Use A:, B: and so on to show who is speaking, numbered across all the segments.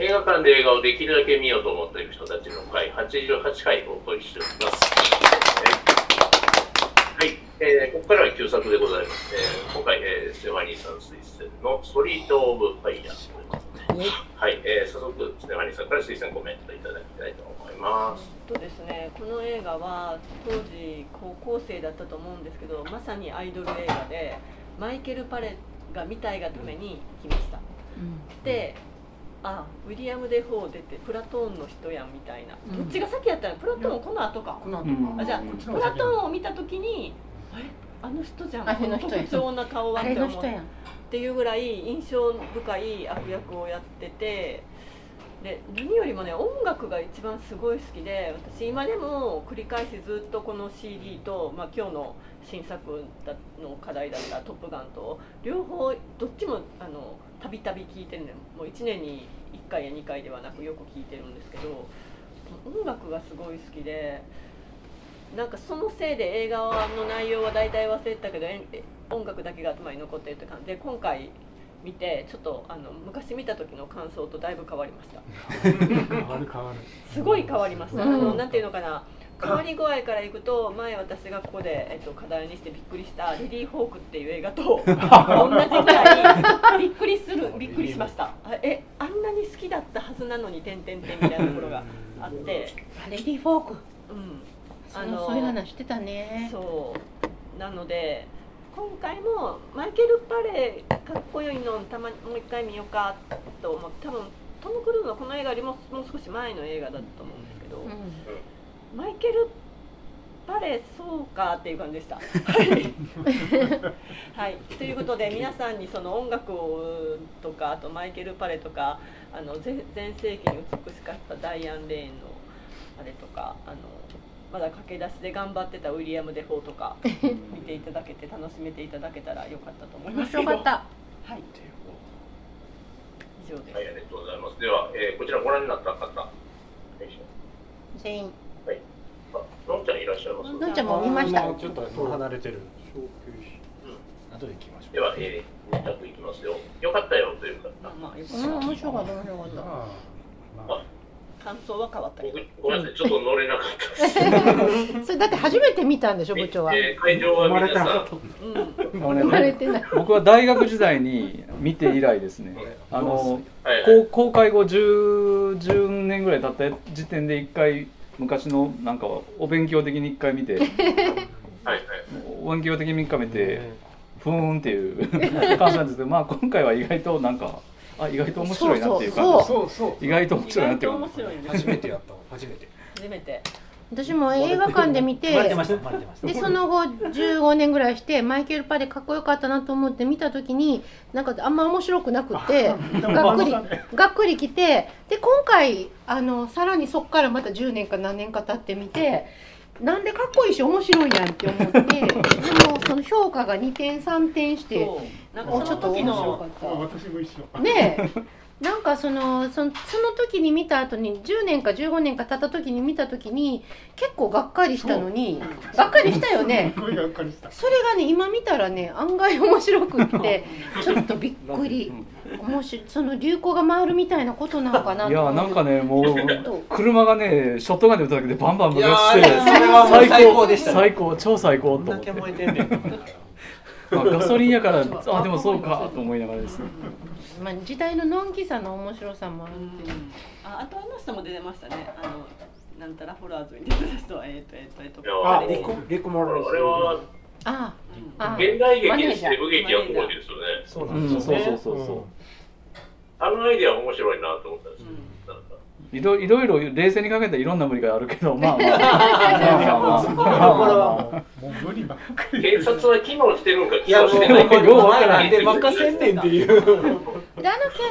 A: 間で映画をできるだけ見ようと思っている人たちの会、88回をご一緒します。はい、えーここからは旧作でございます。えー今回、えーステファニーさん推薦のストリート・オブ・ファイヤーということで、はい、えー早速、ステファニーさんから推薦コメントいただきたいと思います。
B: とですね、この映画は当時高校生だったと思うんですけどまさにアイドル映画でマイケル・パレが見たいがために来ましたであウィリアム・デ・フォー出てプラトーンの人やんみたいな、
C: うん
B: どっちが先やったらプラトーンこの後か、
C: この後
D: うん
B: あじゃあ
D: こっち
B: プ
D: の方が
B: ラ
D: 先
B: トー
D: なの
B: ンを見た時にあれあの人じゃん
C: あ
B: こ
C: れ
B: の
C: の人や
B: 特徴な顔は
C: あ
B: っ
C: れ
B: て
C: の
B: 思っ
C: 人やん
B: っていうぐらい印象深い悪役をやっててで何よりもね音楽が一番すごい好きで私今でも繰り返しずっとこの CD と、まあ、今日の新作だの課題だった「トップガンと」両方どっちもあのたびたび聴いてるのよもう1年に1回や2回ではなくよく聴いてるんですけど音楽がすごい好きで。なんかそのせいで映画の内容は大体忘れてたけどえ音楽だけが頭に残ってるって感じで今回見てちょっとあの昔見た時の感想とだいぶ変わりました
D: 変わる変わる
B: すごい変わりました、
C: うん
B: あのなんていうのかな変わり具合からいくと前私がここで、えっと、課題にしてびっくりした「リリー・ホーク」っていう映画と同じぐらいびっくりするびっくりしましたあえあんなに好きだったはずなのに「てんてんてん」みたいなところがあって
C: レディーフォーク
B: うん
C: あのそういう話してたね
B: そうなので今回もマイケル・パレーかっこよいのたまにもう一回見ようかと思って多分トム・クルーズのこの映画よりももう少し前の映画だと思うんですけど、
C: う
B: マイケル・パレーそうかっていう感じで した。はい、ということで皆さんにその音楽をとかあとマイケル・パレとかあのぜ全盛期に美しかったダイアン・レインのあれとかあのまだ駆け出しで頑張ってたウィリアム・デ・フォーとか見ていただけて楽しめていただけたらよかったと思い
C: ん
B: ま
C: 面
B: すけ
C: 白
B: ど
C: かった
B: はい以上です、
A: はい、ありがとうございます。では、えーこちらご覧になった方、よいし
C: 全員
A: ょあのんちゃんいらっしゃいます
C: のんちゃんも見ました
D: あーちょっと離れてる
E: 後で行きまし
A: では、えー、2択いきますよ。よかったよという方、
B: まあまあよく
C: うん面白かった面白かった
D: あーまあ
B: 感想は変わったけど
A: 僕ごめんなさい、ちょっと乗れなかったです。
C: それだって初めて見たんでしょ部長は
A: えー会場は
D: 生まれ
A: 皆
D: た
A: さ
D: ら
A: ん、
B: うん
E: ょう。
C: 生まれてない
E: 僕は大学時代に見て以来ですね。あの
A: はいはい
E: 公公開後 10, 10年ぐらい経った時点で一回昔のなんかお勉強的に一回見て
A: はい
E: お勉強的に一回見てふーんっていう 感じなんですけどまあ今回は意外となんかあ意外と面白いなっていう
C: そ
E: 感
C: う
E: じで
D: そうそう
E: す意外と面
B: 意
E: 白い
B: 外
E: なってい
B: と
E: う
B: 面白いんです
D: 初めてやったわ初めて
B: 初めて
C: 私も映画館で見
D: 生まれ
C: て
D: てました生まれてました
C: でその後15年ぐらいしてマイケル・パレかっこよかったなと思って見た時になんかあんま面白くなくてがっくりがっくりきてで今回あのさらにそっからまた10年か何年か経ってみてなんでかっこいいし面白いやんって思ってでもその評価が2点3点して
B: そうなんか
C: もうち
B: そ
C: ょっ
B: の
C: と
B: 時
C: 面白
B: の
C: かった。
D: 私も一緒
C: ねえなんかそのそのその時に見た後に10年か15年か経った時に見た時に結構がっかりしたのにがっかりしたよね
D: 声がっかりした
C: それがね今見たらね案外面白くってちょっとびっくり面白いその流行が回るみたいなことなのかな
E: うんいやーなんかねも
C: ちょっ
E: う
C: と
E: 車がねショットガンで撃っただけでバンバン
F: い
E: 爆
F: や
E: 発
F: ー
E: し
F: ね
E: て
F: それはもう
E: 最高
F: 最高でしたね。
E: 最高超最高
D: こん
E: と
D: だ
E: 思っ
D: け
E: て、
D: 燃えてんねん
E: まあ、ガソリンやからあでもそうかと思いながらですね
C: まあ、時代ののんきさの面白さもあるっていう
B: ああとあの人も出てましたねあのなんたらフォロワーズに出てた人はえっ、ー、とえっ、とえっ、と
A: いや
D: あ
A: ー
D: レコレコモ
A: はい。
D: ロ
A: これは
C: あ
B: うん
C: ああ
A: 現代劇で西部劇やってほしいですよね。
D: そう
E: なんですよねうんそうそうそうそう
A: あのアイデア面白いなと思ったんですよ。なんか
E: いろいろいろ冷静に考えたらいろんな無理があるけど まあまあまあまあまあ
D: これはもう無理ばっかり
A: 警察は機能してるんか、
F: い
A: 機
F: や
A: 能し
F: もう
A: てないか。
F: ようわからんで任せんねんっていう。
C: であの警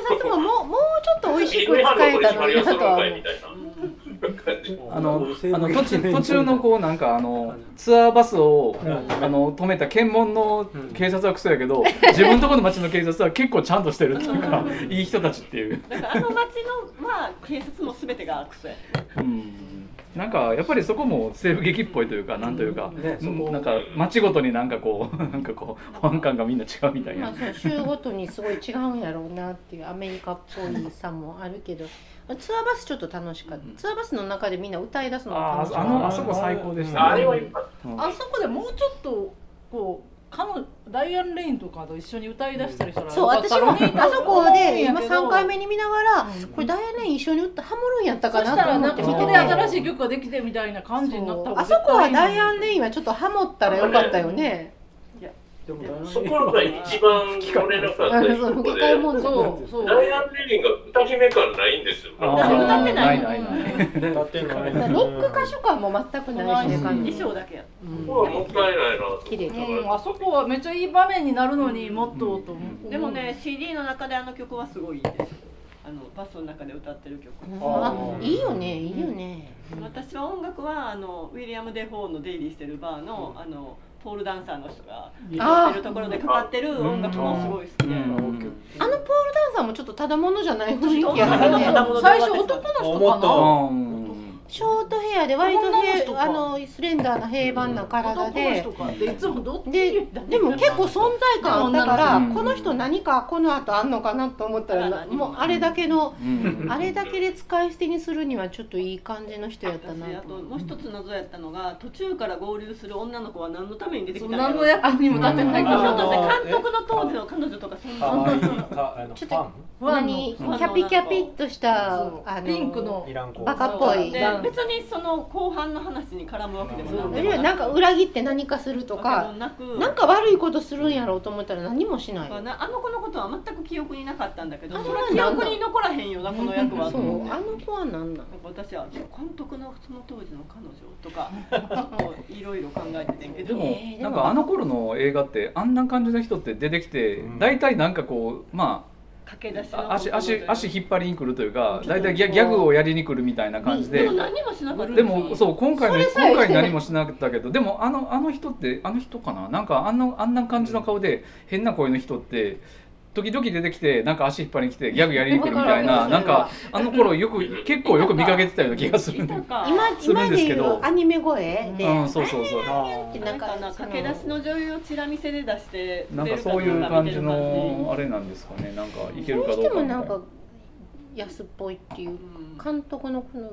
C: 察ももうもうちょっと美味し
A: 一
C: く
A: 年半
C: 使
A: の取
C: え
A: り
C: た
A: 締ま
C: の
A: りをするか
C: になんとは思
A: いうみたい
B: うん
A: な感じ。
E: あのあの途中途中のこうなんかあのツアーバスをあの止めた検問の警察はクソやけど自分のところの町の警察は結構ちゃんとしてるっていうかいい人たちっていう、
B: だからあの町のまあ警察も全てがクソや
E: うん、なんかやっぱりそこも西部劇っぽいというかなんというか、
F: うんねそこ
E: なんか街ごとになんかこうなんかこう保安感がみんな違うみたい
C: ま
E: な
C: あ、そう州ごとにすごい違うんやろうなっていうアメリカっぽいさもあるけどツアーバスちょっと楽しかったツアーバスの中でみんな歌い出すのが
E: あ
C: 楽し
E: ーあ
C: か
E: の
C: っ
E: あそこ最高でした、
A: あれは今、
E: うん
G: あそこでもうちょっとこう彼女ダイアン・レインとかと一緒に歌い出したりしたら
C: たそう私もあそこで今3回目
G: に
C: に見ながら
G: うん
C: これダイアネン一緒に歌ハモるんやった
G: そ
C: か
G: した
C: なと
G: ら
C: 思
G: な
C: っ
G: ん
C: て
G: か
C: 見
G: そ
C: て
G: こで新しい曲ができてみたいな感じになった方が
C: あそこはダイアン・
G: イ
C: レインはちょっとハモったらよかったよね。
F: でもだいぶ
A: そこが一番乗れなかった
C: あ
A: り
C: の
A: す
C: そ
A: る
C: の
A: とこ
C: 吹き替え
A: で、
C: 問題。
G: そうそう
A: ダイアン・レリンが歌姫感ないんですよ。
E: あ
G: だって歌ってな
E: ーない
G: い
E: ないない
F: ね歌ってんのね
C: ロック歌手感も全くないしね、
E: うん
C: 感
B: 衣
C: じ。
B: 装だけやった
A: そこはもったいないなと。
C: 綺麗
G: うん、あそこはめっちゃいい場面になるのにもっとと思う
B: でもね CD の中であの曲はすごいいいですよあのバスの中で歌ってる曲、
C: あ、いいよね、いいよね。
B: 私は音楽はあのウィリアム・デ・フォーの「デイリーしてるバーの」あのポールダンサーの人が歌ってるところでかかってる音楽もすごい好きで、
E: うん
C: あのポールダンサーもちょっとただものじゃない雰囲気やか
B: あ
C: ら
B: の
C: ね。
G: 最初男の人か
E: あ
G: な
E: ーうん
C: ショートヘアで割とヘ
G: 女の人
C: アあ
G: か
C: のスレンダーな平凡な体
G: 男の
C: で
G: 人。かっていつもどっち
C: ででも結構存在感あったから、
E: うん
C: この人何かこの後あんのかなと思ったらなもうあれだけの
E: うん
C: あれだけで使い捨てにするにはちょっといい感じの人やったな
B: 私あ
C: と
B: と
C: 思う
B: もう一つ謎やったのが途中から合流する女の子は何のために出てきたんや
G: 何
B: ろ
G: の役にも立てない
B: ひ
G: か
B: ょ
G: ら
B: っとして監督の当時の彼女とかそん
F: か
B: な
F: わいいかあの
C: ちょ
F: フ
C: っと
F: ァン
G: 不安の
C: 何キャピキャピっとした
G: そう
C: あの
G: ピンクの
F: いらん子
C: バカっぽい
B: で別にその後半の話に絡むわけでもな
C: あ
B: く
C: るいはなんか裏切って何かすると
B: わけ
C: か
B: もなく
C: なんか悪いことするんやろうと思ったら何もしない
B: まあなあの子のことは全く記憶になかったんだけど
C: あ
B: それは
C: そう
B: 記
C: なんだ
B: 憶に残らへんよなこの役は
C: そ
B: と思って
C: う
B: や
C: あ
B: っ
C: の子は何なん
B: ぱ私は監督のその当時の彼女と かちょっといろいろ考えててんけ
E: で
B: ど
E: も
C: えーでも
E: なんかあの頃の映画ってあんな感じの人って出てきて
F: うん
E: 大体なんかこうま
B: 駆け出し
E: あ
B: の
E: 足足足引っ張りに来るというか
C: ちょっと
E: 大体ギャギャグをやりに来るみたいな感じ
B: で
E: で
B: も何もしなかった
E: でもそう今回の
C: それ
E: 今
C: さえして
E: 回何もしなかったけどでもあのあの人ってあの人かななんかあんなあんな感じの顔で変な声の人って時々出てきてなんか足引っ張りに来てギャグやりに来るみたい
C: わ
E: な
C: かる
E: なんかあの頃よく結構よく見かけてたような気がするんだよ
C: 今
E: する
C: 今
E: んで
C: ですい
E: け
C: う
E: ど
C: アニメ声で
E: うんそうそうそう
C: って
B: な
C: なんん
B: か
C: か
B: な
C: その
B: 駆け出しの女優をチラ見せで出して
E: なんか
B: 出る
E: そ
B: ど
E: ういう
B: か
E: 感
B: 見て
E: じ
B: る
E: のあれなんですかねなんかいけ
C: ど
E: る
C: う
E: か
C: し
E: どう
C: て
E: かみた
C: も
E: い
C: な
E: なん
C: か安っぽいっていう
B: うん
C: 監督の好み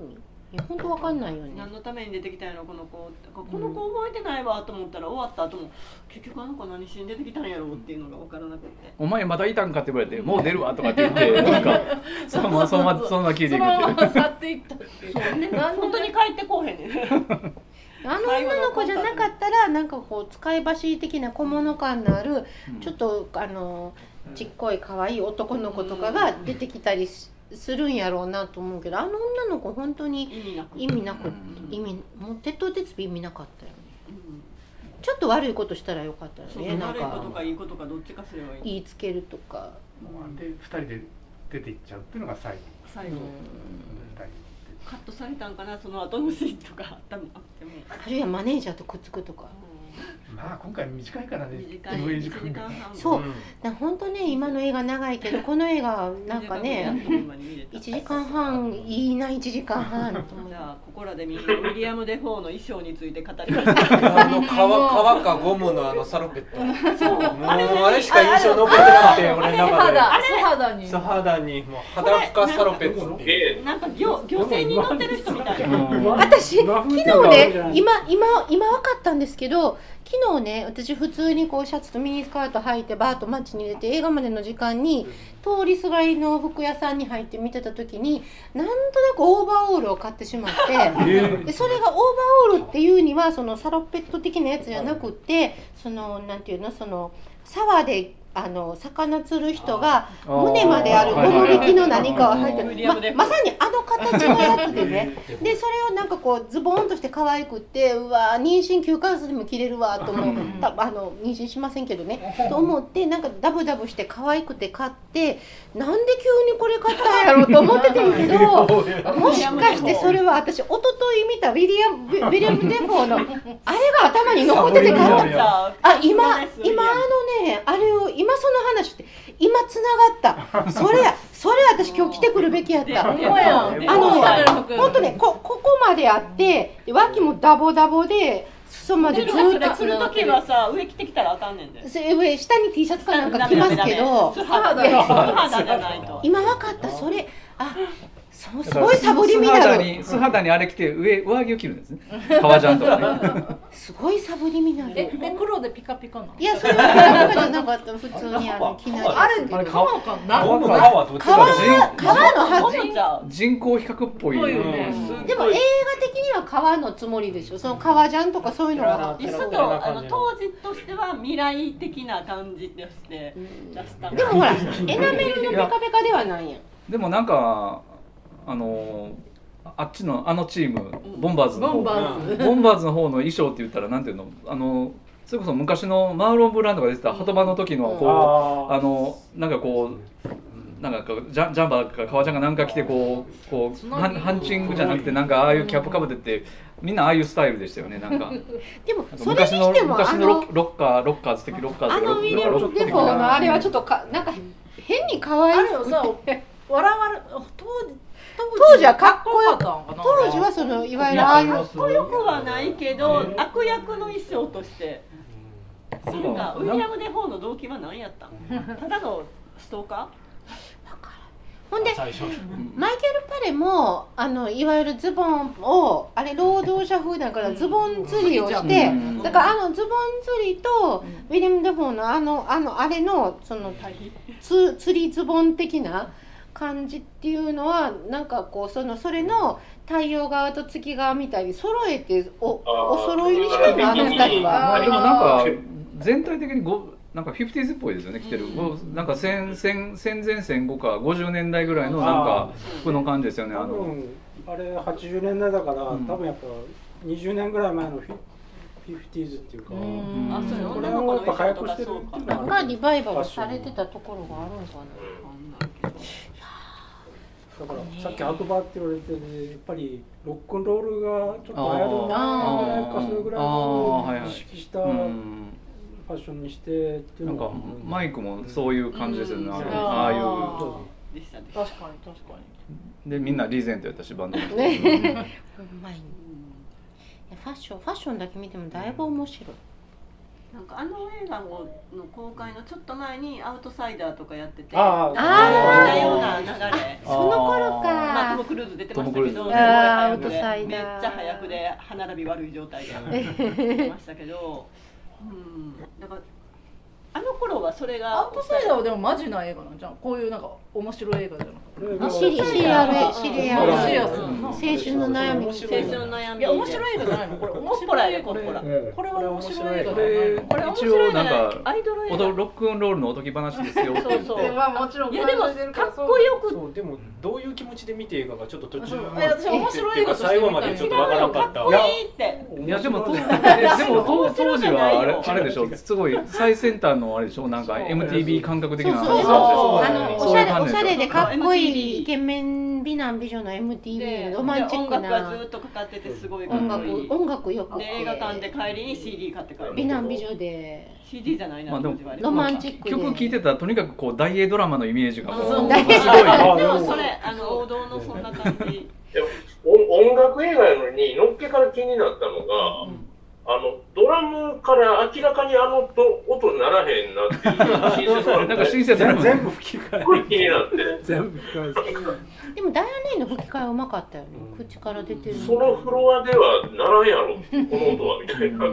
C: いや本当わかんないよね
B: 何のために出てきたんやろこの子だからこの子覚えてないわと思ったら終わった後も結局あの子何しに出てきたんやろうっていうのが分からなくて
E: お前またいたんかって言われて、もう出るわとかって 言って、なんか、そのまま、そのまま、そのまま聞いて
G: そ
E: い
G: の
E: くっ
G: ま
E: てい
G: ま
E: う。
G: 去っていったっていう何
B: 本当に帰ってこうへんねん
C: あの女の子じゃなかったらなんかこう使い走り的な小物感のあるちょっとあのちっこい可愛い男の子とかが出てきたりしするんやろうなと思うけどあの女の子本当に
B: 意味なく
C: 意味なく
E: うん
C: 意味もう鉄頭鉄尾意味なかったよね
B: うん
C: ちょっと悪いことしたらよかったよ
B: そう
C: ねなん
B: 悪いこと
C: か
B: かいいことかどっちかすればいい
C: 言いつけるとか、
D: で二人で出ていっちゃうっていうのが最後
B: 最
C: う
B: 後
C: ん、
D: 二
B: カットされたんかなその後のシーンとかあったのあっても
C: あるいはマネージャーとくっつくとか
D: 人まあ今回短いからね
B: 短い
D: 上
B: 1時
D: 時間が
B: 間半
C: そうなんか本当ね今の映画長いけどこの映画なんか ね1時間半いいな1時間半と思う
B: じゃあここらでみんなウィリアム・デ・フォーの衣装について語りました
F: あの革革かゴムのあのサロペッ ト
B: そう
F: もうあれしか印象残ってなくて俺の中で
G: 肌素肌に
F: 素肌にもう肌かサロペットっていう
A: で、
B: なんか漁漁船に乗ってる人みたいな
C: 私昨
D: 昨
C: 日ね今今今分かったんですけど昨日ね私普通にこうシャツとミニスカート履いてバーッと街に出て映画までの時間に通りすがりの服屋さんに入って見てた時になんとなくオーバーオールを買ってしま って。でそれがオーバーオールっていうにはそのサロペット的なやつじゃなくてそのなんていうのその沢であの魚釣る人が胸まであるゴム引きの何かを履
B: ウィ
C: い
B: リアム
C: て
B: デ
C: るままさにあの形のやつで ねでそれをなんかこうズボンとして可愛くってうわ妊娠9ヶ月でも着れるわと思うたあの妊娠しませんけどねと思ってなんかダブダブして可愛くて買ってなんで急にこれ買ったんやろうと思っててんけ ど。もしかしてそれは私一昨日見たウィリアム・ウィリアム・デフ ォーのあれが頭に残ってて買
D: サボ
C: っ
D: り
C: たあ今今あのねあれを今その話って今つながったそれやそれ私今日来てくるべきやった
G: ほんまやん
C: あのね
G: ね
C: 本当ねこここまであってで脇もダボダボで裾まで
B: で
C: ず
B: も
C: ー
B: そ
C: っ
B: れ
C: と
B: するときはさ上着てきたらあかんねんで
C: それ上下に T シャツかなんか着ますけど
B: 素肌素肌じゃないと
C: 今わかったそれあそうすごいサボリミナル
E: 素肌に素肌にあれ着て上上着を着るんです ね革ジャンとかね
C: すごいサボリミナル
G: えで黒でピカピカなの
C: いやそれは僕じゃなかった普通にあの着ない
G: あれ
E: あれ
G: 革かな
F: ゴムかはどっちか
C: 革
F: です
C: 革のはず
B: じゃ
E: 人工比較っぽい
G: ぽいよね
E: うん
C: でも映画的には革のつもりでしょその革ジャンとかそういうのが
B: 一緒とあの当時としては未来的な感じとして出した
C: でもほらエナメルのペカペカではないやん
E: でもなんかあのあっちのあのチーム
B: うん
E: ボンバーズの方
G: ボンバーズ
E: ボンバーズの方の衣装って言ったらなんていうのあのそれこそ昔のマーロン・ブランドが出てた鳩場の時のこう、
F: あ
E: あのなんかこうなんかこうジャンジャンバーか革ジャンがなんか着てこうこうハンハンチングじゃなくてなんかああいうキャップかぶってってみんなああいうスタイルでしたよねなんか
C: でもそれに
E: 昔の
C: しても
E: 昔
C: あ
E: のロ
C: の
E: ッロッカーロッカーズ的ロッカーズ
C: あ
E: とか
C: の
E: ロ
C: ウ
E: ッ
C: ィ
E: カ
C: リ
E: ー
C: アム・
E: ロ
C: デ
E: ッ
C: フ
E: カ
C: ォ
E: ー的
C: ーの
E: な
C: あれはちょっとかなんか変に可
G: あ
C: 愛い
G: れをさ笑われ当時
C: 当時はかっこよ
G: かったんかな
C: 当時はそのいわゆるああいう
B: かっこよくはないけど、悪役の衣装としてそれかウィリアム・デ・フォーの動機は何やったんただのストーカ
C: ほんで
F: 最初
C: マイケル・パレもあのいわゆるズボンをあれ労働者風だからズボン釣りをして、
E: うん
C: だからあのズボン釣りとウィリアム・デ・フォーのあのあのあれのその
B: ー
C: つ釣りズボン的な感じっていうのはなんかこうそのそれの太陽側と月側みたいに揃えておお揃いにしてんのあの二人
E: あ
C: は
E: でもなんか全体的にごなんかフィフティーズっぽいですよね着てる、ごなんか戦戦戦前戦後か50年代ぐらいのなんか服の感じですよねあ
H: 多
E: の
H: 分あれ80年代だから、
E: うん
H: 多分やっぱ20年ぐらい前のフィフィフティーズっていうか、
E: ん
B: あそういう
H: こ
B: 女
H: れ
B: の子
H: を
B: の
H: やっぱ
B: 衣装
H: 早
B: と
H: く
B: か
H: してる
B: そ
H: っ
B: うか
H: ていうの
C: が
H: は
C: リバイバルされてたところがあるんか
H: だからさっき白馬って言われててやっぱりロックンロールがちょっと流行るんじゃないか
E: あー
H: それぐらい
E: あーはいは
H: の
E: い
H: 意識した
E: う
H: フ
E: ん
H: ァッションにしてっていう
E: なん
H: の
E: か
H: が
E: マイクもそういう感じですよね、
B: うん
E: あの
B: うん
E: ああいう
G: あ
B: でしたね
G: ー確かに確かに
E: でみんなリーゼントやったしバンドも
C: ねほんまにいやファッションファッションだけ見てもだいぶ面白い
B: なんかあの映画の公開のちょっと前に「アウトサイダー」とかやってて
H: あー
B: 似
C: あ
B: た
C: ー
B: ような流れ
C: その頃
B: ま
C: か
B: あ、トム・クルーズ出てました
E: トムクル
B: け
E: ー
B: ど、すご
E: ズ
B: い
C: あー
B: 早
C: ア
B: くで
C: ウトサイダー
B: めっちゃ早くで歯並び悪い状態で 出てましたけど、うん、だからあの頃はそれが
G: アウトサイダーはでもマジな映画なんじゃんこういうなんか面白い映画じゃなく
H: これが
C: あシリシリアルシリアル
G: シリア
C: 青
G: スな
E: うん
C: 春の悩み
B: 青春の悩
G: て
B: み
G: いや面白い映画じゃないのこれ
B: コ
G: 面
B: ッポラ
G: 白い
B: や
G: 映
B: コッポラ
G: 画
H: ええ
G: これは面白い映画
E: こ
G: じゃない
E: れ
G: の
B: これ面
E: 一
B: 白
E: 応
B: いじゃ
E: なん
B: ないア
E: か
B: イドル映
E: お
B: 画
E: どロックンロールのおとぎ話ですよって
B: そ
E: 言
B: う
E: って
B: そう
G: まあもちろん
B: いやでも
G: 感じてるら
B: かっこよく
F: そうでもどういう気持ちで見て映画がちょっと途中
G: そうえ私面白い映画として
F: 最後までちょっとわからんかった
B: かっこいいって
E: いやでもとえ
H: 面
E: で
H: 白い
E: もと当時はあれ
B: 面
E: あ
B: 白
E: れでしょすごい最先端のあれでしょなんか MTV 感覚的
C: そう
E: な
C: そう
E: 話
C: そう
F: そう
C: あのおしゃれ
E: そ
C: お
E: ういう感じ
C: しゃれでかっこいいイケメン美男美女の MTV
B: で
C: ロマンチック
B: 音楽がず
C: な
B: っとかかっててすごいかっ
C: 音
B: こいい
C: 楽音楽よく
B: で映画館で帰りに CD 買って帰る
C: 美男美女で
B: CD じゃないな
E: まあでも
B: 当時はね
C: ロマンチックで
E: 曲聴いてたらとにかくこう大英ドラマのイメージがもうす
B: そ
E: ご
B: う
E: い
C: 大英ド
H: ラマ
B: でもそれあの王道のそんな感じ
A: 音楽映画やのにのっけから気になったのが、あのドラムから明らかにあのと音ならへんなっていう
E: なんか新鮮な
H: 全全部吹き替
A: すごい
H: え
A: 気になって
H: 全部吹き替え
C: でもダイアン・レインの吹き替えうまかったよね
H: うん
C: 口から出てる
A: そのフロアではならんやろこの音はみたいな。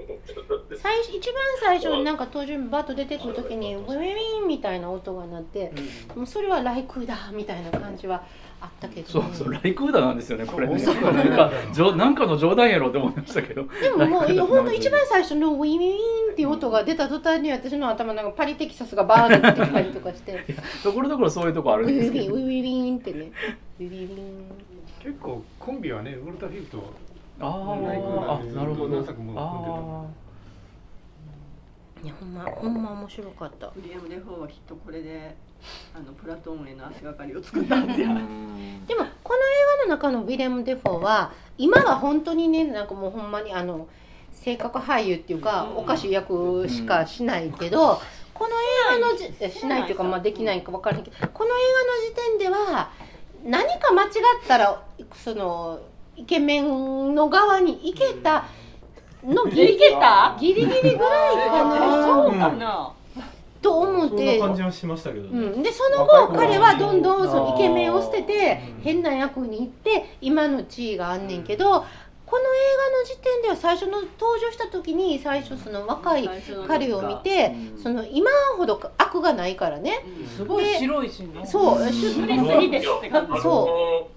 C: 最初一番最初になんか登場人バッと出てくる時にウィンウィンみたいな音が鳴ってもうそれはライクだみたいな感じはあったけど
E: そうそうライクーダなんですよねこれね
H: そう
E: なんか冗なんかの冗談やろって思いましたけど
C: でももうほんと一番最初のウィンウィンっていう音が出た途端に私の頭なんかパリテキサスがバーンって出てきたりとか して
E: ところどころそういうとこあ
C: ウ
E: る
C: ィ
E: ん
C: ンウィ
E: ですけ
C: ンウ
E: ど
C: ィンウィンってねウィンウィン
D: 結構コンビはねウォルターフィールと
E: あ
D: ライクーダ
E: ーあ
D: で
E: なるほど
D: 何作も
C: いやほんまほんま面白かった
B: ウィリアム・デ・フォーはきっとこれであのプラトンへの足がかりを作ったんですよ
E: あー
C: でもこの映画の中のウィレム・デ・フォーは今は本当にねなんかもうほんまにあの性格俳優っていうか、
B: うん
C: おかしい役しかしないけど、この映画のじえしないというか、まあ、できないか分からないけどこの映画の時点では何か間違ったらそのイケメンの側に行けたのギリ
B: いけた
C: ギリギリぐらいか
B: そ
C: な
B: うかな
C: と思っ
I: そんな
C: て。
I: 感じはしましたけどね、
C: うん、でその後
I: 若い
C: 彼
I: 子
C: は
I: は
C: どんどんそのイケメンを捨てて
I: うん
C: 変な役に行って今の地位があんねんけど、この映画の時点では最初の登場した時に最初その若い彼を見て
E: うん
C: その今ほど悪がないからね
G: すごい白いしね
C: そうし
B: 無理すぎですって感
C: う
B: じ
A: そう。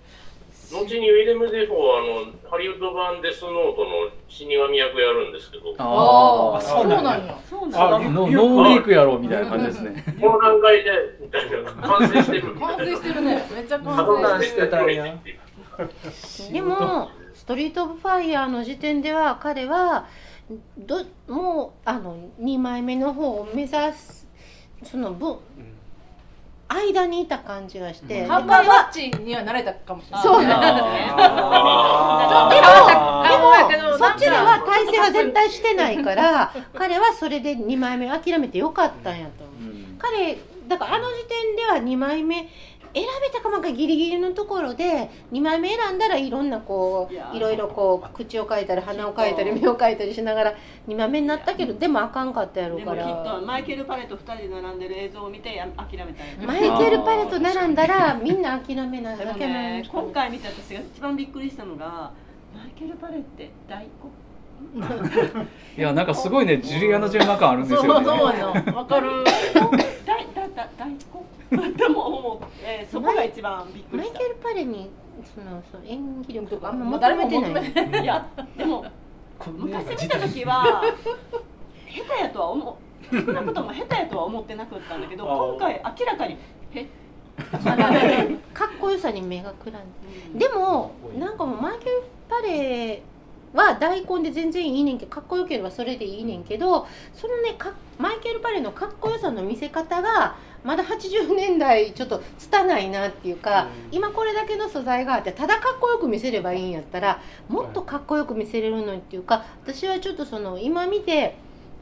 A: 後にウィレム・デフォーはあのハリウッド版デスノートの死神役やるんですけど、この
E: ああ
G: そうなんや
B: そうな
E: ノ
B: の
E: ノーリークやろうみたいな感じですね。
A: 段階でみたいな完成してるみた
G: 完成
A: い
G: し
A: な。
G: てるねめっちゃ完
A: 完
G: 成
A: 成
G: し
A: してて
G: る
A: たんや。
C: でも「ストリート・オブ・ファイヤー」の時点では彼はどもうあの2枚目の方を目指すその分間にいた感じがして、
G: ハンバーガッチには慣れたかもしれない
C: そう
G: ね
C: なのでもそっちでは体制は絶対してない から彼はそれで2枚目諦めてよかったんやと思う彼だからあの時点では2枚目選べたかもかギリギリのところで2枚目選んだらいろんなこ
B: いや
C: う
B: ー
C: いろいろこう口を描いたり鼻を描いたり目を描いたりしながら2枚目になったけどでもあかんかったやろう
B: で
C: か
B: もきっと
C: ら
B: マイケル・パレット2人で並んでる映像を見てや諦めたんや
C: マイケル・パレと並んだらみんな諦めない
B: で
C: わ
B: も
C: けない
B: ね今回見て私が一番びっくりしたのがマイケル・パレって大根
E: いやなんかすごいねジュリアナ・ジェンマ感あるんです
G: そう
E: よね。
G: そうなのわかる
B: 大だだ大根 でも思ってそこが一番びっく
C: マ
B: り
C: イ
B: し
C: ケル・パレにそのその演技力とかあんま
G: もう
C: 求
G: 誰
C: め
G: も
C: て
G: 求
C: ない
G: めてない
B: たいやでも昔見た時は下手やとは思う少なくとも下手やとは思ってなかったんだけど今回明らかにへっ
C: かっこよさに目がくらんででもなんかもうマイケル・パレは大根で全然いいねんけどかっこよければそれでいいねんけどそのねかマイケル・パレのかっこよさの見せ方がまだ80年代ちょっと拙いなっていうか、今これだけの素材があってただかっこよく見せればいいんやったらもっとかっこよく見せれるのにっていうか私はちょっとその今見て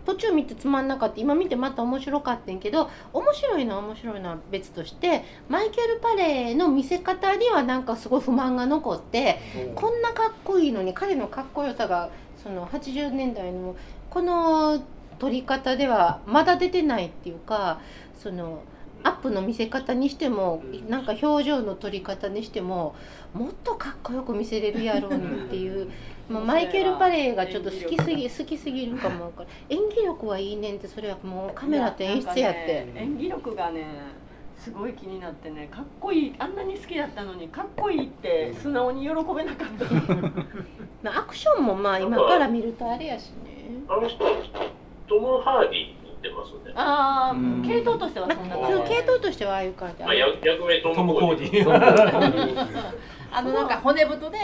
C: 途中見てつまんなかった今見てまた面白かったんけど面白いのは面白いのは別としてマイケル・パレーの見せ方にはなんかすごい不満が残ってこんなかっこいいのに彼のかっこよさがその80年代のこの撮り方ではまだ出てないっていうかそのアップの見せ方にしてもなんか表情の撮り方にしてももっとかっこよく見せれるやろうにっていう、まあ、マイケル・パレーがちょっと好きすぎ好きすぎるかもわから演技力はいいねんってそれはもうカメラと演出やって。
B: なんかね演技力がねすごい気になってねかっこいいあんなに好きだったのにかっこいいって素直に喜べなかった
C: まあ、アクションもまあ今から見るとあれやしね。
A: あの人トム・ハーディに似てますね。
B: ああ
E: うん
B: 系統としては
C: まあ、
B: そんな感
C: そ
B: じ
C: の系統としてはああいう感じ。
A: まあ役役名ト
F: ト
A: ム・
F: ム・
A: コ
F: コ
A: ー
F: ー
A: デ
F: デ
A: ィ。
F: ィ
G: あのなんか骨太で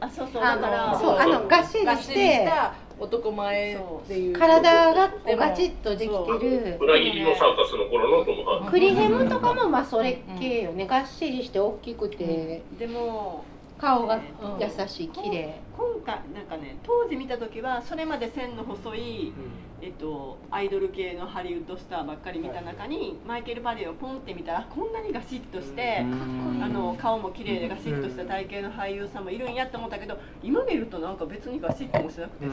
B: あそうそう
G: あ
B: だ
G: の
B: から
C: そう、あの、がっしり
G: がっ
C: し、
G: しりしてた男前っていう
C: 体がこうガチッとできてる。
A: 裏切りのサーカスの頃のトム・ハーディ。
C: クリヘムとかもまあそれ系よね。がっしりして大きくて、
B: でも
C: 顔が
G: うん
C: 優しい、綺麗。
B: 今回なんかね当時見た時はそれまで線の細い、えっと、アイドル系のハリウッドスターばっかり見た中にマイケル・バレーをポンって見たらこんなにガシッとして。あの顔も綺麗でガシッとした体型の俳優さんもいるんやって思ったけど今見るとなんか別にガシッともしなくて、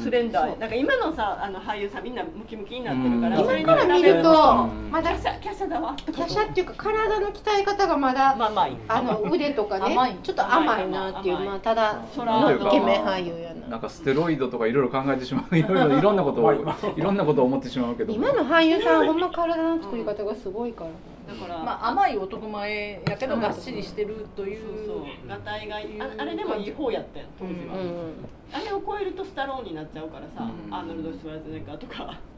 B: スレンダ
C: そう
B: ーなんか今のさあの俳優さんみんなムキムキになってるから、
E: うん
B: それに
C: 今から見ると、
E: うん
C: ま
B: キ
C: だ
B: ャシャキャシャだわと
C: 華奢っていうか体の鍛え方がまだ、
B: まあまあ
C: あの腕とかね
G: 甘い、
C: ちょっと甘いなっていう、
B: 甘い
C: まあただ
B: そら
C: のイケメン俳優や
E: なん
C: な。
E: かステロイドとかいろいろ考えてしまういろいろいろんなことをいろんなことを思ってしまうけど。
C: 今の俳優さんほんま体の作り方がすごいから。
B: だから、
G: まあ、甘い男前やけどがっしりしてると
B: そう
G: い
B: そううがたいがああれでもいい方やったよ当時は、
C: うん
B: あれを超えるとスタローンになっちゃうからさ、
E: うん
B: アーノルド・シュワルツェネッガーとか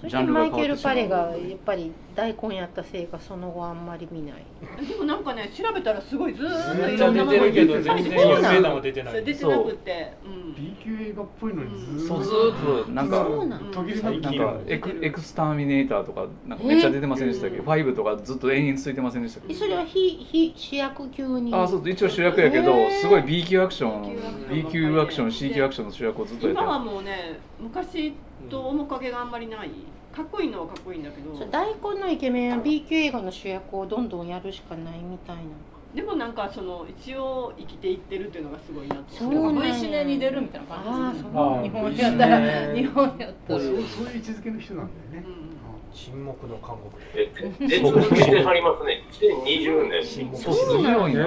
C: そして
E: ジャンルが
C: マイ
E: 変
C: ケ
E: わって
C: ル・
E: しま
C: パ
E: う
C: レがやっぱり大根やったせいかその後あんまり見ない
B: でもなんかね調べたらすごいずーっと
F: め
B: い
F: っちゃ
B: ろん
F: 出
B: なもの
F: て
B: が
F: るけど
B: いっぱい出
F: 全
B: てる
F: 然有名なも出てな
B: それ
F: い
B: 出てなくって、うん、
D: B 級映画っぽいのにずーっ
E: そ
D: と
E: うずーっとなんか
C: そうなん
D: 途切れ
E: なん
D: なくて
E: かエクエクスターミネーターとかなんかめっちゃ出てませんでしたっけど、ファイブとかずっと延々続いてませんでしたっけ
C: え
E: ど
C: それは非非主役級に
E: あそう一応主役やけど、
C: へー
E: すごい B 級アクション
B: B 級
E: B 級
B: ア
E: ア
B: ク
E: ク
B: シ
E: シ
B: ョ
E: ョ
B: ン
E: ン C 級アクションの主役をずっとやって
B: 今は
E: ま
B: もうね昔と面影があんまりないかっこいいのはかっこいいんだけど
C: そう大根のイケメンは B 級映画の主役をどんどんやるしかないみたいな
B: でもなんかその一応生きていってるっていうのがすごいなと
C: そう
G: なんか
C: なんや
G: V シネに出るみたいな感じですね
H: あー
G: 日本やったら
F: ね
G: 日本やった
D: そう
G: ら
D: そういう位置づけの人なんだよね
B: う。ん
F: 沈黙の韓国
A: ええ続けてはりますね。2020
F: 沈
A: 年
F: 黙
E: そうすごいよ
C: え
B: 今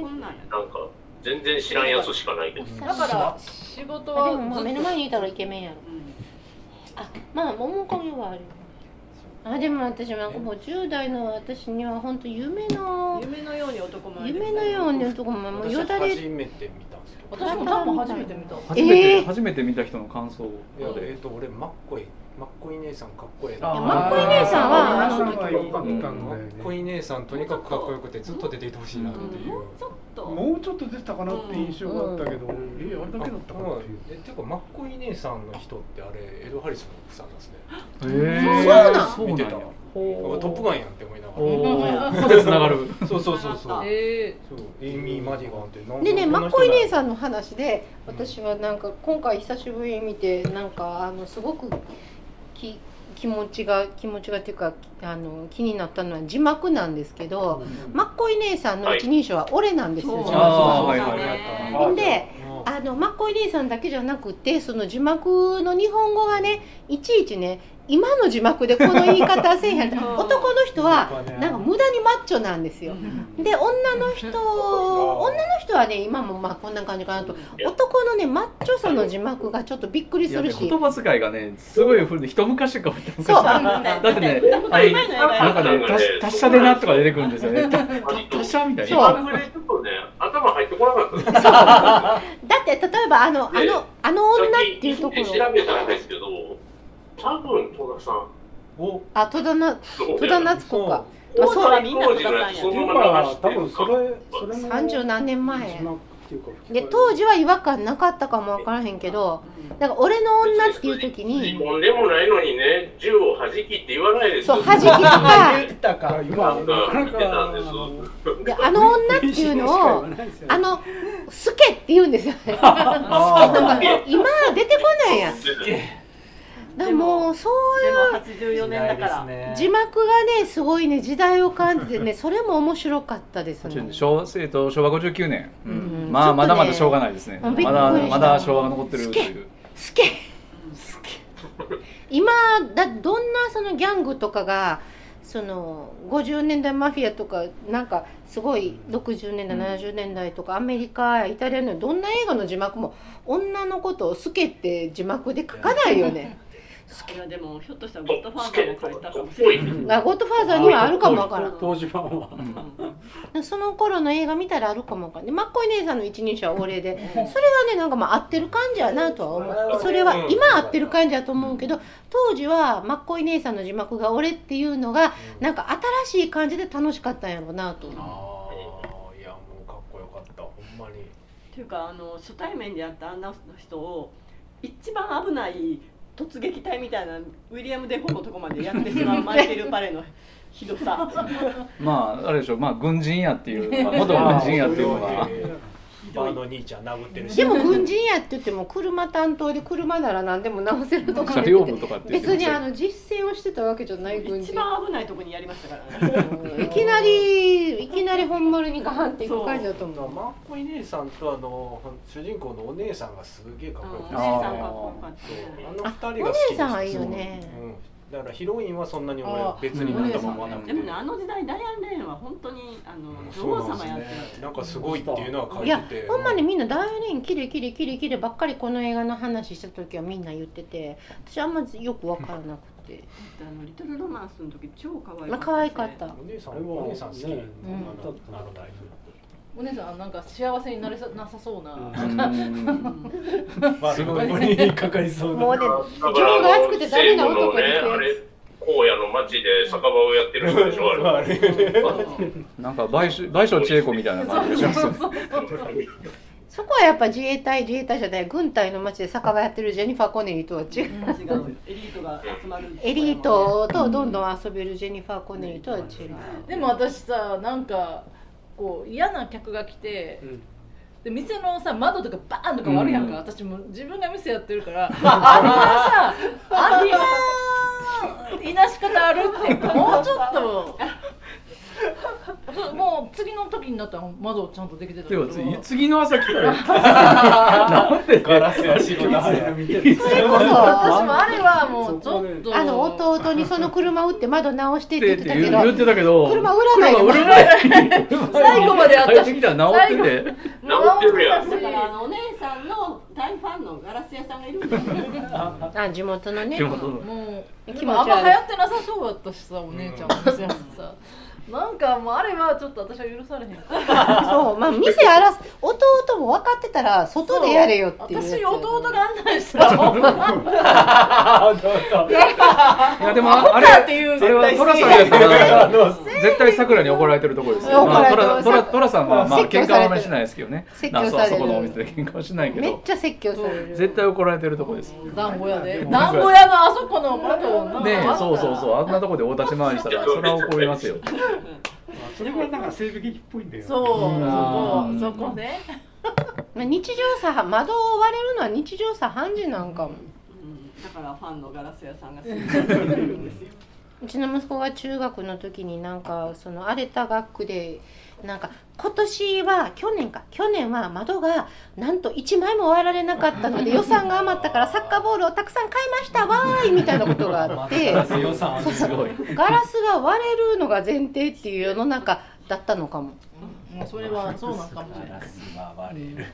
C: ー
B: こんなんやな
A: なんか全然知らんやつしかないけど。
G: だから仕事
C: あ
G: は
C: でもまあ目の前にいたらイケメンやろ
B: うん
C: あまあ面影はあるよねあでも私なんかもう10代の私には本当夢の
B: 夢のように男前です
C: 夢のようにとこももうよ
F: 私
C: だれ
F: 初めて見たんですよ
G: 私も多分初めて見た
E: 初めて、
C: えー
E: 初めて見た人の感想を
F: いやえっと俺マッコイマッコイ姉さんかっこええ
D: あ
F: な
D: ー
C: マッコイ姉さんはあの
D: マッコイ姉さんは良かったんだ
F: マ
D: よ
F: ッコ
D: ね。
F: イ姉さんとにかくかっこよくてずっと出ていてほしいなっていう
B: もうちょっと
D: もうちょっと出てたかなって印象があったけど、えあれだけだったかなっていう。
F: えていうかマッコイ姉さんの人ってあれエド・ハリスの奥さんなんですね
E: そう
C: そうなん
E: そうな
F: 見
E: ん
F: て
E: や
F: た
E: ほ
F: ト
E: う
F: ップガンやんって思いながら
E: おーここで繋がる
F: そうそうそ うそう
G: え
F: そうエイミー・マディガンってなん
C: でねマッコイ姉
F: ん
C: さんの話で私はなんか今回久しぶりに見てなんかあのすごくき気持ちが気持ちがっていうかあの気になったのは字幕なんですけど、マッコイ姉さんの一人称は俺なんですよ、
B: そう
C: 字
E: あ
C: 幕
E: あ
B: そう
E: はい
B: そう
E: はい
B: ね
C: ほんであのマッコイ姉さんだけじゃなくてその字幕の日本語がねいちいちね今の字幕でこの言い方せえへん
B: うん
C: 男の人はなんか無駄にマッチョなんですよで女の人女の人はね今もまあこんな感じかなと男のねマッチョさの字幕がちょっとびっくり
E: い
C: す
E: やね
C: るし
E: 言葉遣いがねすごい古い一昔か二昔
C: そう
E: かだってねあれなんかね達達者でなとか出てくるんですよねた達者みたい
A: 字
E: な
C: そう
A: 幕でちょっとね、頭入ってこなかったです。
C: だって例えばあのあ
A: ね
C: のあの女っていうところ
A: 調べたんですけど、多分戸田さん。
F: お
C: あ戸田な
A: 戸
C: 戸田夏子か
B: 当時はみんな戸田さんや
A: そ
H: ってい
A: の
H: うか
A: まま流して
H: 多
A: る
H: 分それそれも
C: 30何年前
H: 字幕っていうか吹き替え
C: で当時は違和感なかったかもわからへんけどなんか俺の女っていう時に
A: とんでもないのにね、銃を弾きって言わないです
C: そう弾きとか
H: 出てたか
A: な
H: 今
A: ん
H: な
A: か
H: か
A: 見
H: な
A: て
H: か
A: たんです。
C: であの女っていうのをあの「すけ」って言うんですよねなんか今出てこないやんだからもうそう
B: でも84年だから
C: 字幕がねすごいね時代を感じてねそれも面白かったですね
E: 小生徒昭和59年、うん
C: うん
E: まあ、
C: ちょっとね
E: まだまだしょうがないですね
C: う
E: ま
C: んびっくり
E: だ
C: した
E: まだ昭和が残ってると
C: 好
E: いう
C: すけ今だどんなそのギャングとかがその50年代マフィアとかなんかすごい60年代、
E: うん
C: 70年代とかアメリカやイタリアのどんな映画の字幕も女のことを「すけ」って字幕で書かないよね。
B: いやでもひょっとしたらゴッドファ
A: ス
B: ーザ
A: ケ
B: ー
A: ッ
B: も書い
A: ト
B: た
A: か
B: か
A: っ
B: もしれ
A: こ
B: な
A: い
B: い
A: い。
C: あゴッドファーザーにはあるかもわからん
H: 当時ファンは
E: うん
C: その頃の映画見たらあるかもわかんないマッコイ姉さんの一人称はお礼でそれはねなんかまあ合ってる感じやなとは思うそれは今合ってる感じやと思うけど当時はマッコイ姉さんの字幕が「俺」っていうのがなんか新しい感じで楽しかったんやろうなと思
F: あーいやもうかっこよかったほんまに
B: っていうかあの初対面でやったあんな人を一番危ない突撃隊みたいなウィリアム・デ・フォーのとこまでやってしまうマイケル・パレのひど さ
E: まああれでしょう、まあ、軍人やっていう、まあ、元軍人やっていうのが
F: バーの兄ちゃん殴ってる
C: う
F: し
C: でも軍人やって言っても車担当で車なら何でも直せるとか
E: 車両部とかって言って
C: 別
E: まし
C: に
E: た
C: あ
E: よ
C: の実践をしてたわけじゃない軍
B: 一
C: 人
B: 番危ないとこにやりましたからね
C: うんいきなりいきなり本丸にガーンっていく感じだと思う
F: マッコイ姉さんとあの主人公のお姉さんがすげえか
B: お
F: っこよく
B: 姉
F: て
E: あ
B: さんかっこよかった
F: そう
B: ね
F: あの二人が好き
C: お
F: です
C: 姉さんはいいよね
F: うん、だからヒロインはそんなに俺は別に何とも思わなく
B: で
F: て、
B: もねあの時代ダイアン・レーンは本当にあの
F: そう
B: 女王
F: なん
B: 様
F: です
B: やって
F: ね
B: る
F: なんかすごいっていうのは書
C: い
F: い
C: や
F: てて
C: ほんまにみんな大連キレキレキレキレばっかりこの映画の話した時はみんな言ってて私あんまよく分からなくて
B: あのリトル・ロマンスの時超可愛い
C: まあ可愛かった
F: お姉さんお姉さん好き、
H: うん
F: あのあのタイ
G: お姉さんなんか幸せになれさなさそうな、
H: うん
E: うん
F: プ悪いことにかかりそう
C: もうね
A: 情
C: 情が熱くてダメな男に
A: ね、あ
C: 行くや
A: れ、荒野の街で酒場をやってる人でしょ、あれ。
E: なんか倍賞倍賞千恵子みたいな感じがしますよね
C: つそこはやっぱ自衛隊自衛隊じゃない軍隊の街で酒場やってるジェニファー・コネリーとは違う
B: 違うエリートが集まる
C: エリートとどんどん遊べるジェニファー・コネリーとは違う
G: でも私さなんかこう嫌な客が来て、で店のさ窓とかバーンとか割るやんか、
E: うん
G: 私も自分が店やってるからあんなさあんないなし方あるってもうちょっ と。そうもう次の時になったら窓ちゃんとできてたけ
E: で
G: ど
E: も次次の朝来たら なんで
F: ガラスや白だ。
C: それこそ
G: 私もあれはもうちょっと
C: あの弟にその車売って窓直してっ
E: っ
C: 言
E: てて
C: ってたけど
E: 言ってたけど
C: 車売らない
E: 車売らない
G: 最後までやった
E: 帰ってきたら治ってて
A: 直ってるやん
B: だからあのお姉さんの大ファンのガラス屋さんがいるんですよ
C: あ地元のね
E: 地元の
G: もう
C: 気持ち悪い
G: でもあんま流行ってなさそうだったしさお姉ちゃんもさ、 なんかもうあれはちょっと私は許されへん
C: そうまあ店荒らす弟も分かってたら外でやれよっていうやつ
G: 私弟が案内したらもう
E: いやでもああれ
G: っていう
E: それはトラさんやから絶対さくらに怒られてるところですよ、
C: 怒ら
E: ま
C: れ
E: あ、
C: て
E: ト
C: る
E: ラトラトラさんはまあ
C: 説教
E: 喧
C: されてる
E: 嘩はあんまりしないですけどね
C: 説
E: な
C: 教
E: あ
C: さ
E: そ
C: れ
E: あ
C: て
E: そ
C: る
E: このお店で喧嘩はしないけ
C: めっ
E: ど
C: ちゃ説教される
E: 絶対怒られてるところです
G: 団子屋で
E: うん
G: 団子屋のあそこの窓の
E: ねえそうそうそうあんなとこで大立ち回りしたらそれは怒りますよ
D: それはなんか西部劇っぽいんだよね。
G: そう
E: うん
G: そこそこね
C: まあ日常茶飯窓を割れるのは日常茶飯事なんかも
B: うんだからファンのガラス屋さんがすごいいるんですよ
C: うちの息子が中学の時になんかその荒れた学区でなんか今年は去年か去年は窓がなんと1枚も割られなかったので予算が余ったからサッカーボールをたくさん買いましたわーいみたいなことがあって
F: 予算
C: そう
E: すごい
C: ガラスが割れるのが前提っていう世の中だったのかも
G: もうそれはそうなんかもしれない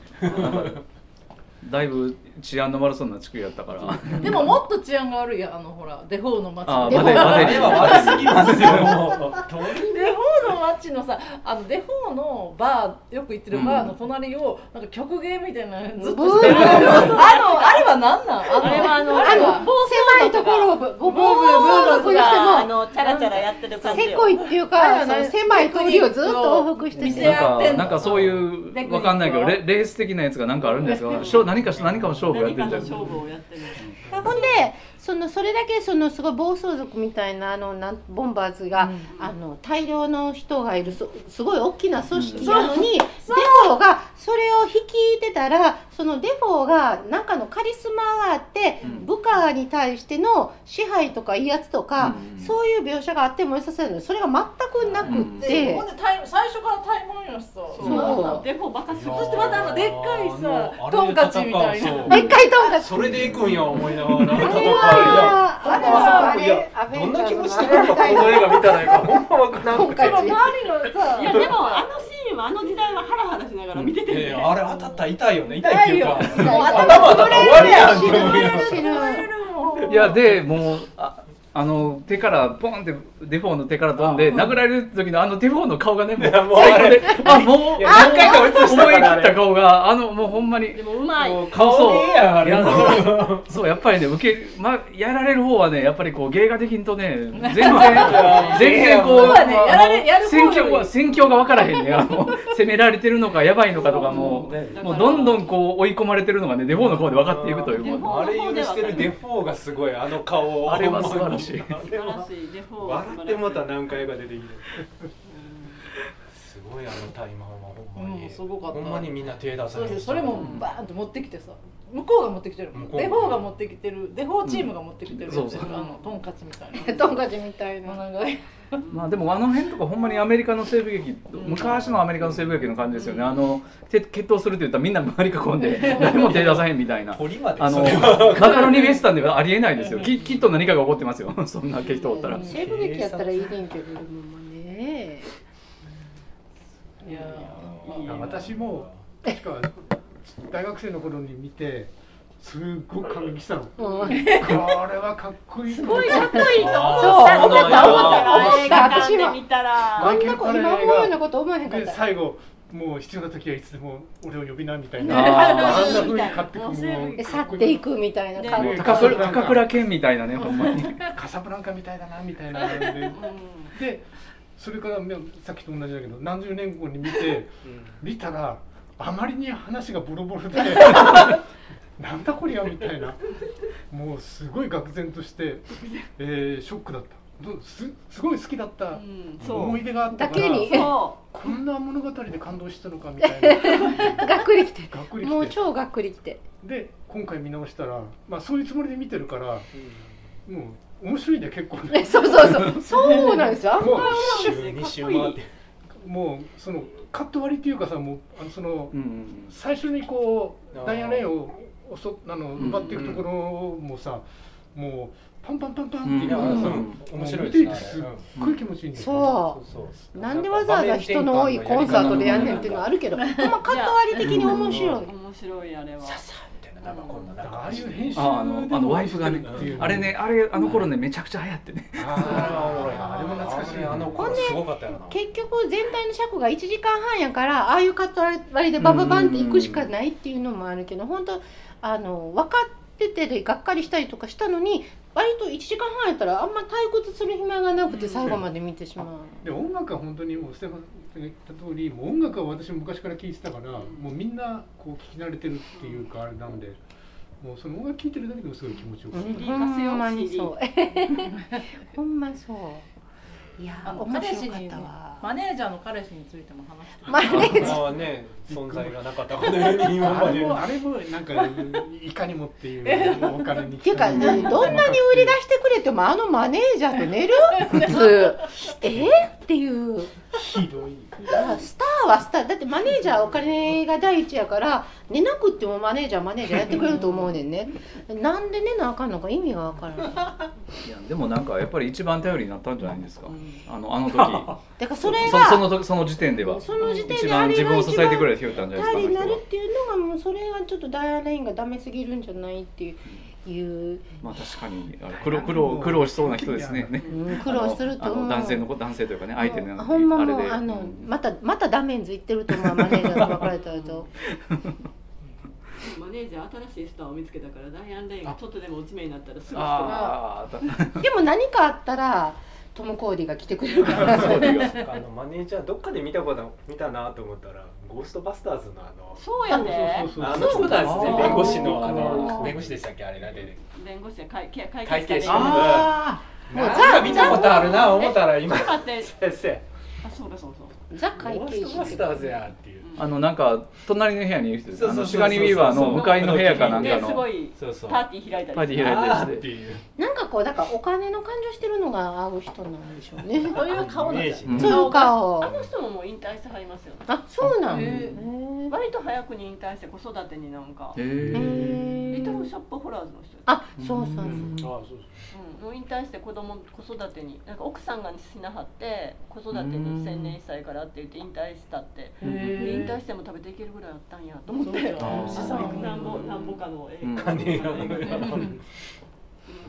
E: だいぶ治安の悪そうな地区やったから
G: でももっと治安が悪いやんあのほらデフォーの街
E: ああ
G: デフ
E: バ
G: ォ
E: デ
G: ー
E: バデリ
F: 悪すぎますよ。も
G: デフォーの街のさあのデフォーのバーよく行ってるバーの隣をなんか曲芸みたいなのずっとしてる
C: ブ
G: あのあれは何なんあの
B: あれはあの
C: あ
G: れ
C: の
G: は
C: 狭いところをごぼうブーブー
B: あ
C: しても
B: のチャラチャラやってる感じ
C: せこいっていうかその狭い通りをずっと往復して
G: 店
C: て
E: なん
G: やっ
E: か
G: てんの
E: なんかそういうわかんないけどレレース的なやつがなんかあるんですかしょ何かし何かの勝負やっ
B: 何
E: て
B: か
E: んじ
B: の
E: ゃん
B: 勝負をやってる
C: ほんでそのそれだけそのすごい暴走族みたいなあのなんボンバーズが、あの大量の人がいるすすごい大きな組織なのに、デフォーがそれを率いてたらそのデフォーがなんかのカリスマがあって、
E: うん
C: 部下に対しての支配とか威圧とか、
E: うん
C: そういう描写があっても良さそうやのにそれが全くなくって、
G: でほんでタイ最初からタイムやしさそうなんなん
B: デフォバカする
G: そしてまたあのでっかいさトンカチみたいな
C: でっかいトンカチ
F: それで行くんや思いながら。
C: あれはあれはあ
F: いや
C: れアベ
F: どん
C: ンジャ
F: な気
C: ー
F: 持ち
C: ズ
F: で
C: の
F: この
C: あれ
F: 映画見たらいいかほんまわからんくて
C: トンカチ
G: 周りのさ
B: いやでもあのシーンはあの時代はハラハラしながら見てて
F: えーあれ当たったら痛いよね痛いっていうか
C: 痛いよ
F: もう頭当たったら終わりやんって思いながら
C: 知る
E: いやでもうああの手からポンってデフォーの手から飛んで殴られる時のあのデフォーの顔がね もう
F: やもう
E: 最高であもう
F: いや何回か映したから
E: 思い切
F: あ
E: っ
F: れ
E: た顔があのもうほんまに
B: でもうまい
F: もう顔でええやんあ
E: い
F: れ
E: やそうそうやっぱりね受け、ま、やられる方はねやっぱりこう芸ができんとね全然
F: や
E: 全然こう
G: そうやねやられやる方よ
E: 戦況
G: り
E: が戦況が分からへんねあの攻められてるのかやばいのかとかも
F: ね
E: もうどんどんこう追い込まれてるのがねデフォーの方で分かっていくという
B: デフォ
E: もう
B: ー
F: あれ許してるデフォーがすごいあの顔
E: あれは素晴らしい
F: ほんまに
B: 素晴らしいデフォは
F: 笑ってまた何回か出てきてすごいあのタイマーはほんまに
G: うんすごかった
F: ほんまにみんな手出さ
G: そう
F: ない
G: ですそれもバーンと持ってきてさ向こうが持ってきてるもん
F: 向こう
G: デフォーが持ってきてるデフォーチームが持ってきてる、
E: うんそうそう
G: あのトンカチみたいな
C: トンカチみたいな
G: 長い
E: まあでもあの辺とかほんまにアメリカの西部劇昔のアメリカの西部劇の感じですよねあのて決闘するって言ったらみんな周り囲んで誰も手出さへんみた いな
F: 堀まで
E: あの
F: それは
E: マカロニウエスタンではありえないですよききっと何かが起こってますよ そんな決闘おったら
C: 西部劇やったらいいねんけどでもまあね
G: いやー
D: いや私も確か大学生の頃に見てすっごく感激したの。こ
C: うん
D: れはかっこいい。す
B: すごいかっこいいと思
C: そう
B: ったん
C: 思った思った
B: 映画館で見た
C: あ
B: ら
C: んな子今思うようなこと思わへんかっ
D: で
C: た
D: 最後もう必要な時はいつでも俺を呼びなみたい
E: あ
D: な。
E: ー
D: あんな風に買ってくの。
C: で去っていくみたいな
E: も
C: 感
E: う
C: じ
E: 高倉高倉健みたいなねほんま に
D: カサブランカみたいだなみたいなので。でそれからねさっきと同じだけど何十年後に見て見たらあまりに話がボロボロでなんだこりゃみたいなもうすごい愕然として、えーショックだったどすすごい好きだった
B: うんそう
D: 思い出があったから
C: だけに
B: そ
D: こんな物語で感動したのかみたい な
C: がっくりきて
D: がっくり
C: もう
D: きて
C: 超がっくりきて
D: で今回見直したら、まあ、そういうつもりで見てるから、もう面白いんだよ結構
C: え
D: ね
C: そうそうそうそうなんですよあん
D: もう
F: 週二週回って
D: もうそのカット割りっていうかさもうあのその
E: うん
D: 最初にこ
F: あ
D: う
F: ー
D: ダイヤレインを襲っあの
E: ん
D: 奪っていくところもさ、もうパンパンパンパンっていうかさ、
C: うん
D: もう
F: 面白い
D: 見てい
F: で
D: て
F: す
D: す
F: ね
D: っ。ごい気持ちいいんだよ、
C: そ
F: そう
C: なんでわざわざ人の多いコンサートでやんねんっていうのはあるけどほんまカット割り的に面白
B: う
C: い
B: 面白いあれは
D: だからああいう編集で
E: ああのあのワイプがね
D: っていう
E: あれねあれあの頃ねめちゃくちゃ流行ってね
D: あーあれも懐かしい
F: あの頃すごかったよな。
C: 結局全体の尺が1時間半やからああいうカット割りでバババンっていくしかないっていうのもあるけど本当あの分かっててでがっかりしたりとかしたのに割と1時間半やったらあんま退屈する暇がなくて最後まで見てしまう。
D: で音楽は本当にもうステファンが言った通りもう音楽は私も昔から聴いてたからもうみんなこう聴き慣れてるっていうかあれなんでもうその音楽聴いてるだけでもすごい気持ちよかった、
B: CD 化せよ
C: ほんまにそう ほんまそういや
G: あ
C: ー
G: の
C: 面
G: 彼氏
C: 白かっ
G: に
C: た
G: マ
C: わ
G: ネージャーの彼氏についても話して
C: マネージャー
F: まあね存在がなかった ことに今
D: あ
F: ま
D: れ
F: で
D: もあれもなんかいかにもっていうもうお金に
C: っていうかどんなに売り出してくれてもあのマネージャーと寝る普通えっていう
D: ひどい
C: あスターはスターだってマネージャーはお金が第一やから寝なくってもマネージャーマネージャーやってくれると思うねんねなんで寝なあかんのか意味がわからない
E: いやでもなんかやっぱり一番頼りになったんじゃないんですかあのあの時
C: だからそれ
E: そそ
C: が
E: の時その時点では
C: その時点
E: 一
C: であ
E: 番
C: れ
E: 自
C: が
E: 分を
C: 一
E: 支
C: 番
E: えてくれた人だったんじゃない
C: 頼
E: で
C: り
E: す
C: に
E: か
C: な
E: あの
C: るっ
E: 人は
C: ていうのがもうそれはちょっとダイアレインがダメすぎるんじゃないっていういう、
E: まあ確かにあの苦労苦労苦労しそうな人ですねね
C: うん、苦労すると
E: あの
C: 思
E: あ
C: う
E: の男性のこ男性というかね相手の
C: ほんま
E: れ
C: もうあのまたまたダメンズいってると思うマネージャーと別れたと
B: マネージャー新しいスターを見つけたからダイアン・レインがちょっとでも落ち目になったらすぐ
E: ああ
C: でも何かあったらトム・コーディが来てくれるから
F: あのマネージャーどっかで見たこと見たなと思ったらゴーストバスターズのあの
B: そうやね
D: そうそう
F: あ
D: そ
F: の
D: う
F: 人たちね
E: あー
F: 弁護士のあ
D: あ
F: の
D: ー
F: 弁護士でしたっけあれなんで
B: 弁護士や会計会
F: 会計士
B: あ
F: の
E: あ
C: もう
F: なん
C: ザ
F: か見たことあるな思ったら今
B: あって
F: 先生
B: あそうかそうそう
C: ザ
F: ゴ
C: 会
F: ー
C: 計
F: ストバス
C: 士
F: ターズやっていう
E: あのなんか隣の部屋にいる人です
F: そう
E: あ
F: そ
E: の
F: うそう
E: シ
F: そう
E: ガニー・ウィーバーの向かいの部屋かなんか
B: で、すご
E: の
B: い
F: そうそう
B: パーティー開いたり
E: パーティー開
F: あ
E: いた
F: ー
E: り
F: っ
E: してて
F: いう
C: なんかこうだからお金の感情してるのが合う人なんでしょ うね
G: そういう顔なんじゃない
E: うん
C: そうかを
B: あの人ももう引退してはりますよね
C: あそうなん
E: へ
C: へー
B: 割と早くに引退して子育てになんか
C: へ
E: へえ
C: ー
B: リトルショップホラーズの人や
C: あそうそうそう
F: あそう
B: うん、もう引退して子供子育てになんか奥さんが死なはって子育てに専念したいからって言って引退したってで引退しても食べていけるぐらいあったんやと思って
G: そう
E: だ
B: 資産なんぼなんぼかの映
E: うん
B: 画
F: 金がね
B: うん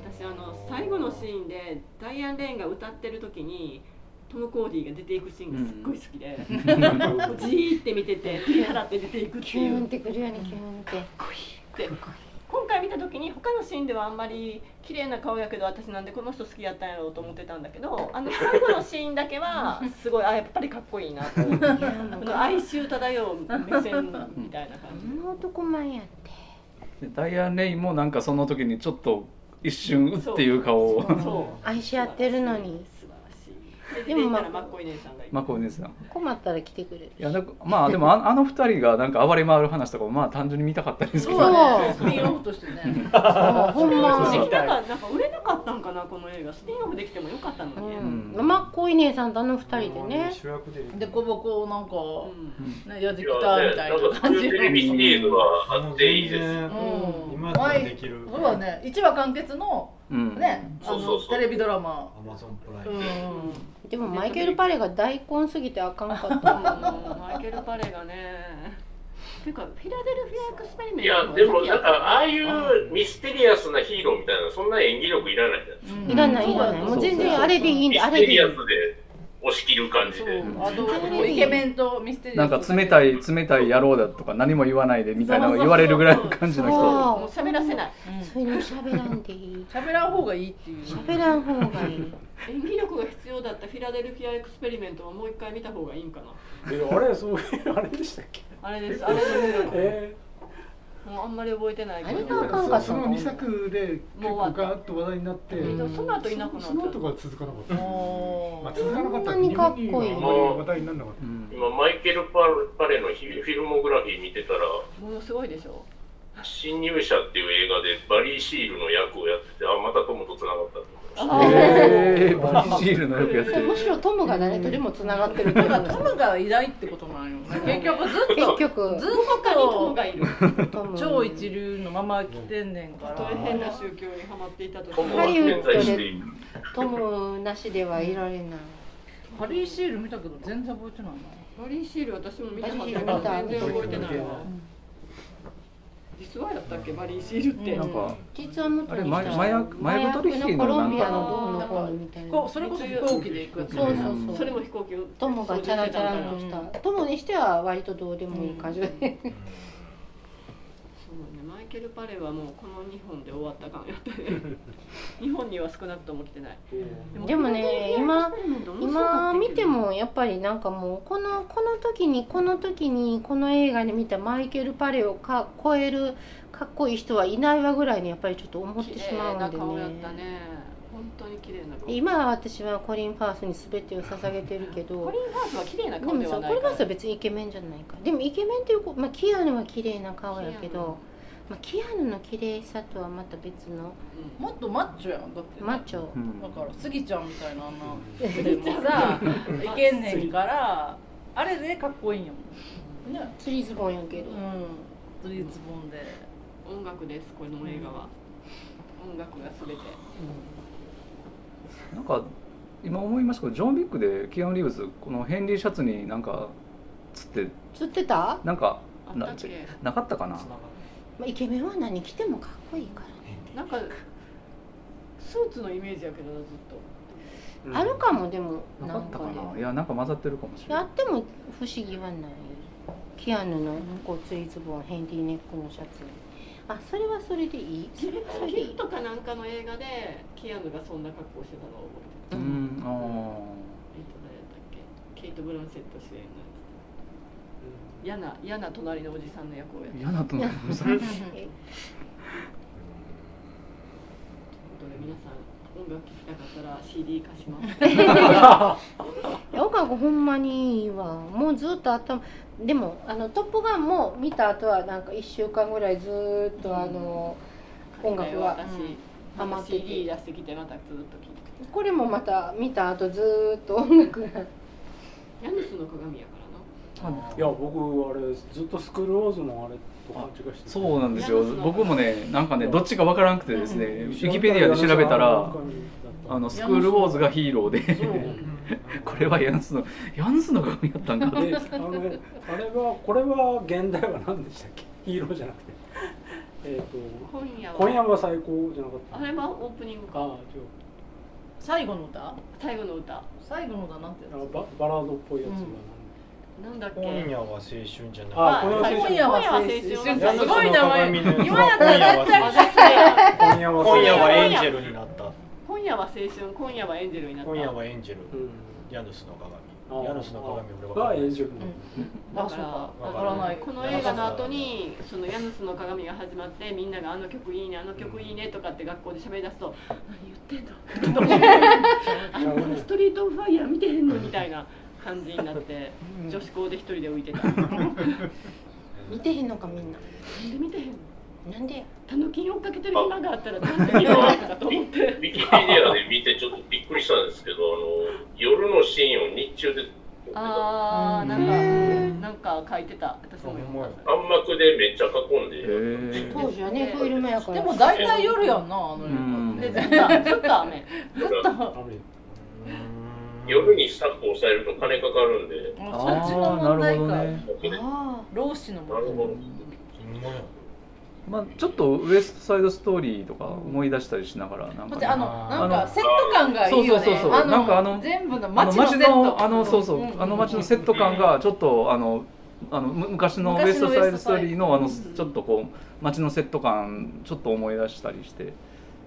B: 私あの最後のシーンでダイアン・レインが歌ってる時にトム・コーディが出ていくシーンがすっごい好きで、こうじーって見てて手払って出ていくって
C: キ
B: い
C: ュ
B: う
C: ーンってくるよねキューンって
B: かっこいいって今回見た時に他のシーンではあんまり綺麗な顔やけど私なんでこの人好きやったんやろうと思ってたんだけどあの最後のシーンだけはすごいあやっぱりかっこいいなと思っ
C: い
B: て
C: やも
B: こ
C: う
B: の哀愁漂う目線みたいな
C: こ
B: 感
C: んな男前やって
E: でダイアン・レインもなんかその時にちょっと一瞬うっていう顔を
B: じそう
C: 愛し合ってるのに
B: 素晴らしい
C: で
B: で出て
C: も
B: い
C: ま
B: た
C: あ
B: らマッコイ姉さんがいて
E: まあこうですよ
C: 困ったら来てくれる
E: いやなんかまあでもああの二人がなんか暴れ回る話とかもまあ単純に見たかったですけ
G: そ
E: ど
G: うだねスピンオフとしてね
C: そうほんま
B: できなかったなんか売れなかったんかなこの映画スピンオフできてもよかったのにね、
C: うん、マッコイ姉さんとあの二人でね。
F: 主役で
G: でこぼこなん
B: う
G: か、
B: ん
G: ね、やって
A: い
G: き
A: や
G: たみ
A: ね、
G: た
A: ないんか
G: な
A: そう
G: 感
A: い
G: じ
A: うテレビシリーズはあっていいです。
G: うん
F: 今でもできる
G: そうだね一話完結の
E: うん
G: ね、あ
A: そうそう
G: の
A: そう
G: テレビドラマ
F: アマゾンプライ
G: う
F: ム
G: ん
C: でもマイケル・パレが大根すぎてあかんかっ
B: う
C: た
B: んマイケル・パレがね。ていうか、フィラデルフィアエクスペリメン
A: いや、
B: ト
A: でもなんか、ああいうミステリアスなヒーローみたいな、そんな演技力いらないじゃないですか。
G: うん
C: いらないい
G: そう
C: ら
G: だ
C: ない
G: ね
C: もう全然あれでいいん
A: ミ
C: であ
A: ス
C: れ
A: テ
C: で
A: リ
C: いい
A: アスで押し切る感じ
G: そう
A: で。
G: あとイケメンとミステリ
E: な
G: ア
E: ん
G: ス
E: か冷たい冷たい野郎だとか何も言わないでみたいなのを言われるぐらいの感じの人
B: もう喋らせない。
C: それに喋らんでいい
G: 喋らん方がいいっていう
C: 喋らん方がいい
B: 演技力が必要だったフィラデルフィアエクスペリメントをもう一回見た方がいいんかな。
F: えあれそういうあれでしたっけ
B: あれです、あれですよ。
F: え
B: もうあんまり覚えてないけ
C: 何が
B: ど
C: あかんかったの
D: その二作で結構ガーッと話題になって
B: でもその後いなくなっちゃ
D: そ
B: っ
D: の後が続かなかった、まあ、
C: お
D: 続かなかった
C: こんなにかっこいい
D: 日本にはあまり話題にならなかっ
E: うん
A: 今マイケル・パレのフィルモグラフィー見てたら
B: たものすごいでしょ
A: 「侵入者」っていう映画でバリー・シールの役をやっててあまたトムとつながったと思いました
B: あ
E: へえバリシールのよくやって
C: ー
E: る
C: むしろトムが誰とでもつながってるけど
G: だからトムがいないってことなんよね結局ずっ
C: 結
G: と
C: 局
G: ず
B: 他に友
G: っ
B: がいる
C: っと
G: と
C: も
G: 超一流のまま来てんねんか
B: たとえ変な
G: ら
B: 宗教にはまっていたとして
A: トム
B: も
A: は健在している
C: トムなしではいられない
G: ハリーシール見たけど全然覚えてないな
B: バリーシール私も見てはった
C: バ
B: け
C: リーシール見た
B: ど全然覚えてないわ
C: うん
B: 実はやったっけバリーシールって、
E: なんか
C: 実はもっと
E: あれ麻麻薬麻薬取引
C: コ
E: の
C: ロ
E: な
C: ン
E: ん
C: ビア
E: か
C: のどうのこうのみたいな
G: こうそれこそ飛行機で行くやつ
C: そうそうそう
B: それも飛行機を
C: トムがチャラチャラと
B: そう
C: した、トムにしては割とどうでもいい感じで、
B: ねマイケル・パレはもうこの2本で終わった感やったね日本には少なくとも来てない
C: でもね今今見て
B: っ
C: もやっぱりなんかもうこのこの時にこの時にこの映画で見たマイケル・パレをか超えるかっこいい人はいないわぐらいにやっぱりちょっと思ってしまうん
B: な
C: で
B: 顔やった
C: ね
B: ね本当に綺麗な顔
C: 今は私はコリン・ファースに全てを捧げてるけ
B: コ
C: ど
B: リン・ファースは綺麗な
C: で
B: 顔
C: も
B: で
C: そ
B: は
C: う
B: な
C: コ
B: い
C: リン・ファー
B: から
C: スは別にイケメンじゃないからでもイケメンっていうこ、まあ、キアヌは綺麗な顔やけど、まあ、キアヌの綺麗さとはまた別の
G: もっとマッチョやんだって
C: マッチョ
E: うん
G: だからスギちゃんみたいなあんなスギもさいけんねんからあれでかっこいいんやもんね
C: 釣りズボンやけど、
G: うん釣りズボンで
B: うん音楽ですこの映画は音楽が全て
E: なんか今思いましたけどジョン・ビックでキアヌ・リーブスこのヘンリーシャツになんかつって
C: 釣ってた、ま
E: なんか
B: あ
E: な
B: ったっけ
E: なかったかな
C: あ、イケメンは何着てもかっこいいから
B: なんかスーツのイメージやけどなずっと
D: た
C: あるかもでも
E: な
C: な
E: か
C: ん
E: った
C: か
E: か
C: ね
E: ないやなんか混ざってるかもしれ
C: や
E: ない
C: っても不思議はないキアヌのこうツイズボンヘンリーネックのシャツあそれはそれでいいそれはそれ
B: キ
C: でい
B: ッ
C: い
B: トかなんかの映画でキアヌがそんな格好してたのを覚えて
E: う
B: る
E: ん
B: え
E: あ
B: っと誰だったっけケイト・ブランセット主演のやつ嫌な嫌な隣のおじさんの役をやっ
E: あ
B: て
E: 嫌なと思いました
C: え
B: ということで皆さん音楽聴きたかったら CD 貸しま す
C: 音楽ほんまにいいわもうずっと頭でもあの「トップガン」も見た後はなんか1週間ぐらいずーっとあの、音楽は
B: 借りた
C: うん余
B: よ私、また
C: ってて
B: CD 出してきてまたずっと聴いて
C: これもまた見た後ずーっと音楽が
B: ヤニスの鏡やからない
H: や僕あれずっとスクールウォーズのあれと勘違いして
E: そうなんですよ僕もねなんかねどっちかわからなくてですね
H: う
E: ウィキペディアで調べたらあのスクールウォーズがヒーローで
H: そう
E: これはヤンスのヤンスの髪やったんか
H: であのあれはこれは現代は何でしたっけヒーローじゃなくてえっと
B: 今夜は
H: 今夜は最高じゃなかった
B: あれはオープニングか
H: あ違う
G: 最後の歌
B: 最後の歌
G: 最後の歌なんてや
H: あの
G: つ
H: ババラードっぽいやつが、
B: なんだっけ
F: 今夜は青春じゃない
H: あ今夜は青春
G: 今夜は青春すごい名前今やったら絶対
B: 私ね
H: 今夜は
F: 今夜は
H: 青
F: エンジェルになった
B: 今夜は青春今夜はエンジェルになった
F: 今夜はエンジェル
H: 春
F: ヤヌスの
H: うん
F: 鏡ヤヌスの鏡俺わかんな
H: が
F: い
H: 演じるの、
B: だ
G: あ
B: か
G: そう
B: ら
G: か
B: だ
F: わ
B: か
F: から
B: ら
F: ない
B: この映画の後にそのヤヌスの鏡が始まってみんながあの曲いいねあの曲いいねとかって学校で喋り出すと何言ってんの あの頃ストリートオブファイヤー見てへんのみたいな感じになって女子校で一人で浮い てたなんで
C: 見てへんのかみんな
B: 見てへんの
C: なんで
B: タヌキン追っかけてる暇があ ったらちゃんと見ろよとかと思って
A: ウィキペディアで見てちょっとびっくりしたんですけどあの夜のシーンを日中で撮ってた
B: ああなんかなんか書いてた私も読んだ
A: 暗幕でめっちゃ囲んで
E: へえ
C: 当時はねフィルムやから
G: でも大体夜やんなあの
E: うん
B: でずっとずっと雨
G: ずっと
H: 雨
A: 夜にスタッフ抑えると金かかるんで
G: そ
E: あ
G: っちの
E: あ
G: 問
E: なる
G: 題
E: ほど
G: か
E: ね
C: あ
G: 老子の
A: なる
G: 問
A: ほど
E: まあちょっとウエストサイドストーリーとか思い出したりしながらなんか
G: 題
E: ね
G: だあのなんかセット感がいいよね
E: そうそうそうそうなんかあの
G: 全部の
E: あの
G: 街のセ
E: 街
G: ット
E: のあのそうそう、
G: んんん
E: あの街のセット感がちょっとあのあのむ昔のウエ
G: 昔
E: ス
G: の
E: トサイドストーリーのあの
B: ウエストサイド
E: ちょっとこう街のセット感ちょっと思い出したりして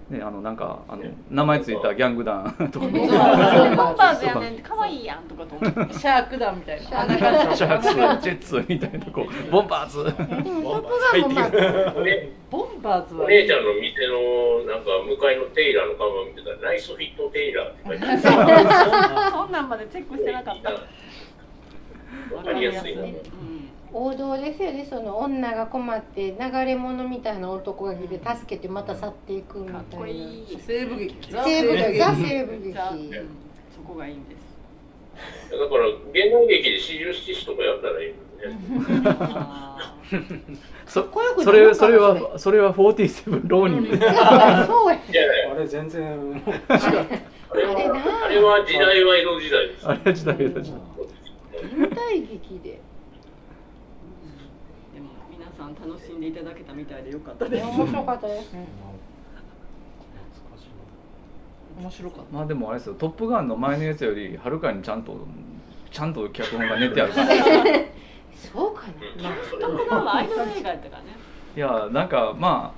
E: ね、あのなんかあの名前ついたギャング団とか
G: そう
E: も
G: ボンバーズや
E: とか
G: ねんって可愛いやんとかと思ってシャークだみたいなあんな感じ
E: シャークスジェッツみたいなこうボンバー ズ
C: でもトップガンもまあ
A: で
G: ボンバーズ
A: お
G: は
A: 姉ちゃんの店のなんか向かいのテイラーの看板見てたら「ナイスフィットテイラー」って書いてある
B: そんなんまでチェックしてなかった。
A: わかりやすいな。
C: 王道ですよねその女が困って流れ物みたいな男が来て助けてまた去っていくみたいな
B: かっこいい。
G: 西部劇
C: 西部劇ザ西部劇
B: ザうんそこがいいんです。
A: だから現代劇で四十七士とかやったらいいのにね。
B: あ
E: そ
C: こよく
E: そ
C: なる
E: れ
C: んか
E: それ
C: そ
E: はそれは47ローニー
C: やそうや
A: いやいや
H: あれ全然もう
A: あれ
C: あれな
A: はあれは時代は江戸時代です。
E: あれは時代だし
C: 舞台劇で
B: ーでも皆さん楽しんでいただけたみたいでよかった
C: い
B: です
C: や。面白かったです
G: 面白かっ
E: まあでもあれですよ「トップガン」の前のやつよりはるかにちゃんとちゃんと脚本が寝てある からい
C: そうかな
A: うんそれ
B: トッ
A: は
B: プガンはアイドル映画やったからね。
E: やなんかま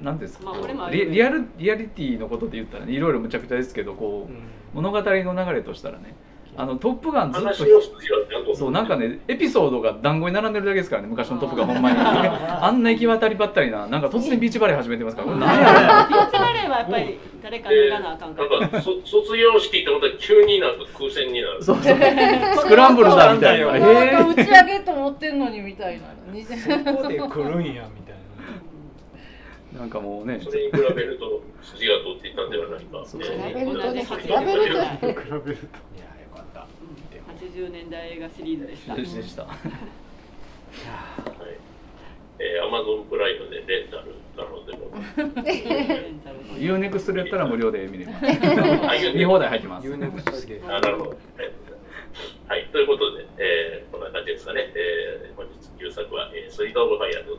E: あなんていうんですか
B: まあこれもあるよ
E: リ
B: ね
E: リアルリアリティのことで言ったらねいろいろむちゃくちゃですけどこう、物語の流れとしたらね「あのトップガン」ずっ
A: 話
E: と
A: の筋はちゃんと。
E: そうなんか。ねエピソードが団子に並んでるだけですからね昔の「トップガン」ほんま にあんな行き渡りばったりななんか突然ビーチバレー始めてますからこれ何やろ
B: ビーチバレーはやっぱり誰か
A: で
B: 脱
A: な
B: が
A: ん
B: なあかんから。
A: かそ卒業式ってことは急になんか空戦になる。
E: そうそう スクランブルだみ たいな
G: た
E: え
G: なんか
E: ー
G: 打ち上げと思ってんのにみた いな
F: そこで来るんやみたい
E: なんかもうね
A: それに比べると筋が通っていたんではないか。
E: そう
A: ね
E: そう
C: 比べるとね比
A: 比
C: べると
B: と
D: 比べる
F: な。いや
D: と
F: よかった。
B: 80年代映画シリーズでした。
E: でした
A: はいえー、Amazon プライムでレンタルなので も、
B: レンタルで
E: UNEXT でやったら無料で見れます
A: あ
E: 見放題入ってます
F: 言うね二人で。
A: あなるほど。はい、ということで、えーこんな感じですかね。えー本日、旧作は、えー、スイート・オブ・ファイアーでご